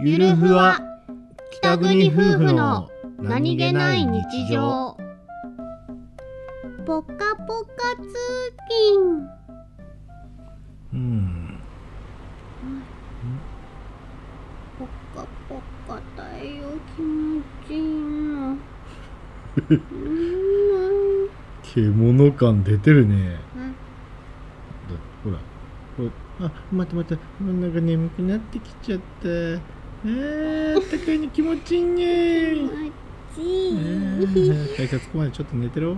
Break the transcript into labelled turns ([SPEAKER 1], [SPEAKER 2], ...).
[SPEAKER 1] ゆるふわ北国夫婦の何気ない日常
[SPEAKER 2] ぽかぽか通勤
[SPEAKER 1] うん
[SPEAKER 2] ぽかぽか太陽気持ちいいな うん
[SPEAKER 1] 獣感出てるね
[SPEAKER 2] うん
[SPEAKER 1] だほらほらあ待って待ってなんか眠くなってきちゃったえー、あったかいの気持ちいいね
[SPEAKER 2] 気持ちいい
[SPEAKER 1] えー、改札ここまでちょっと寝てろ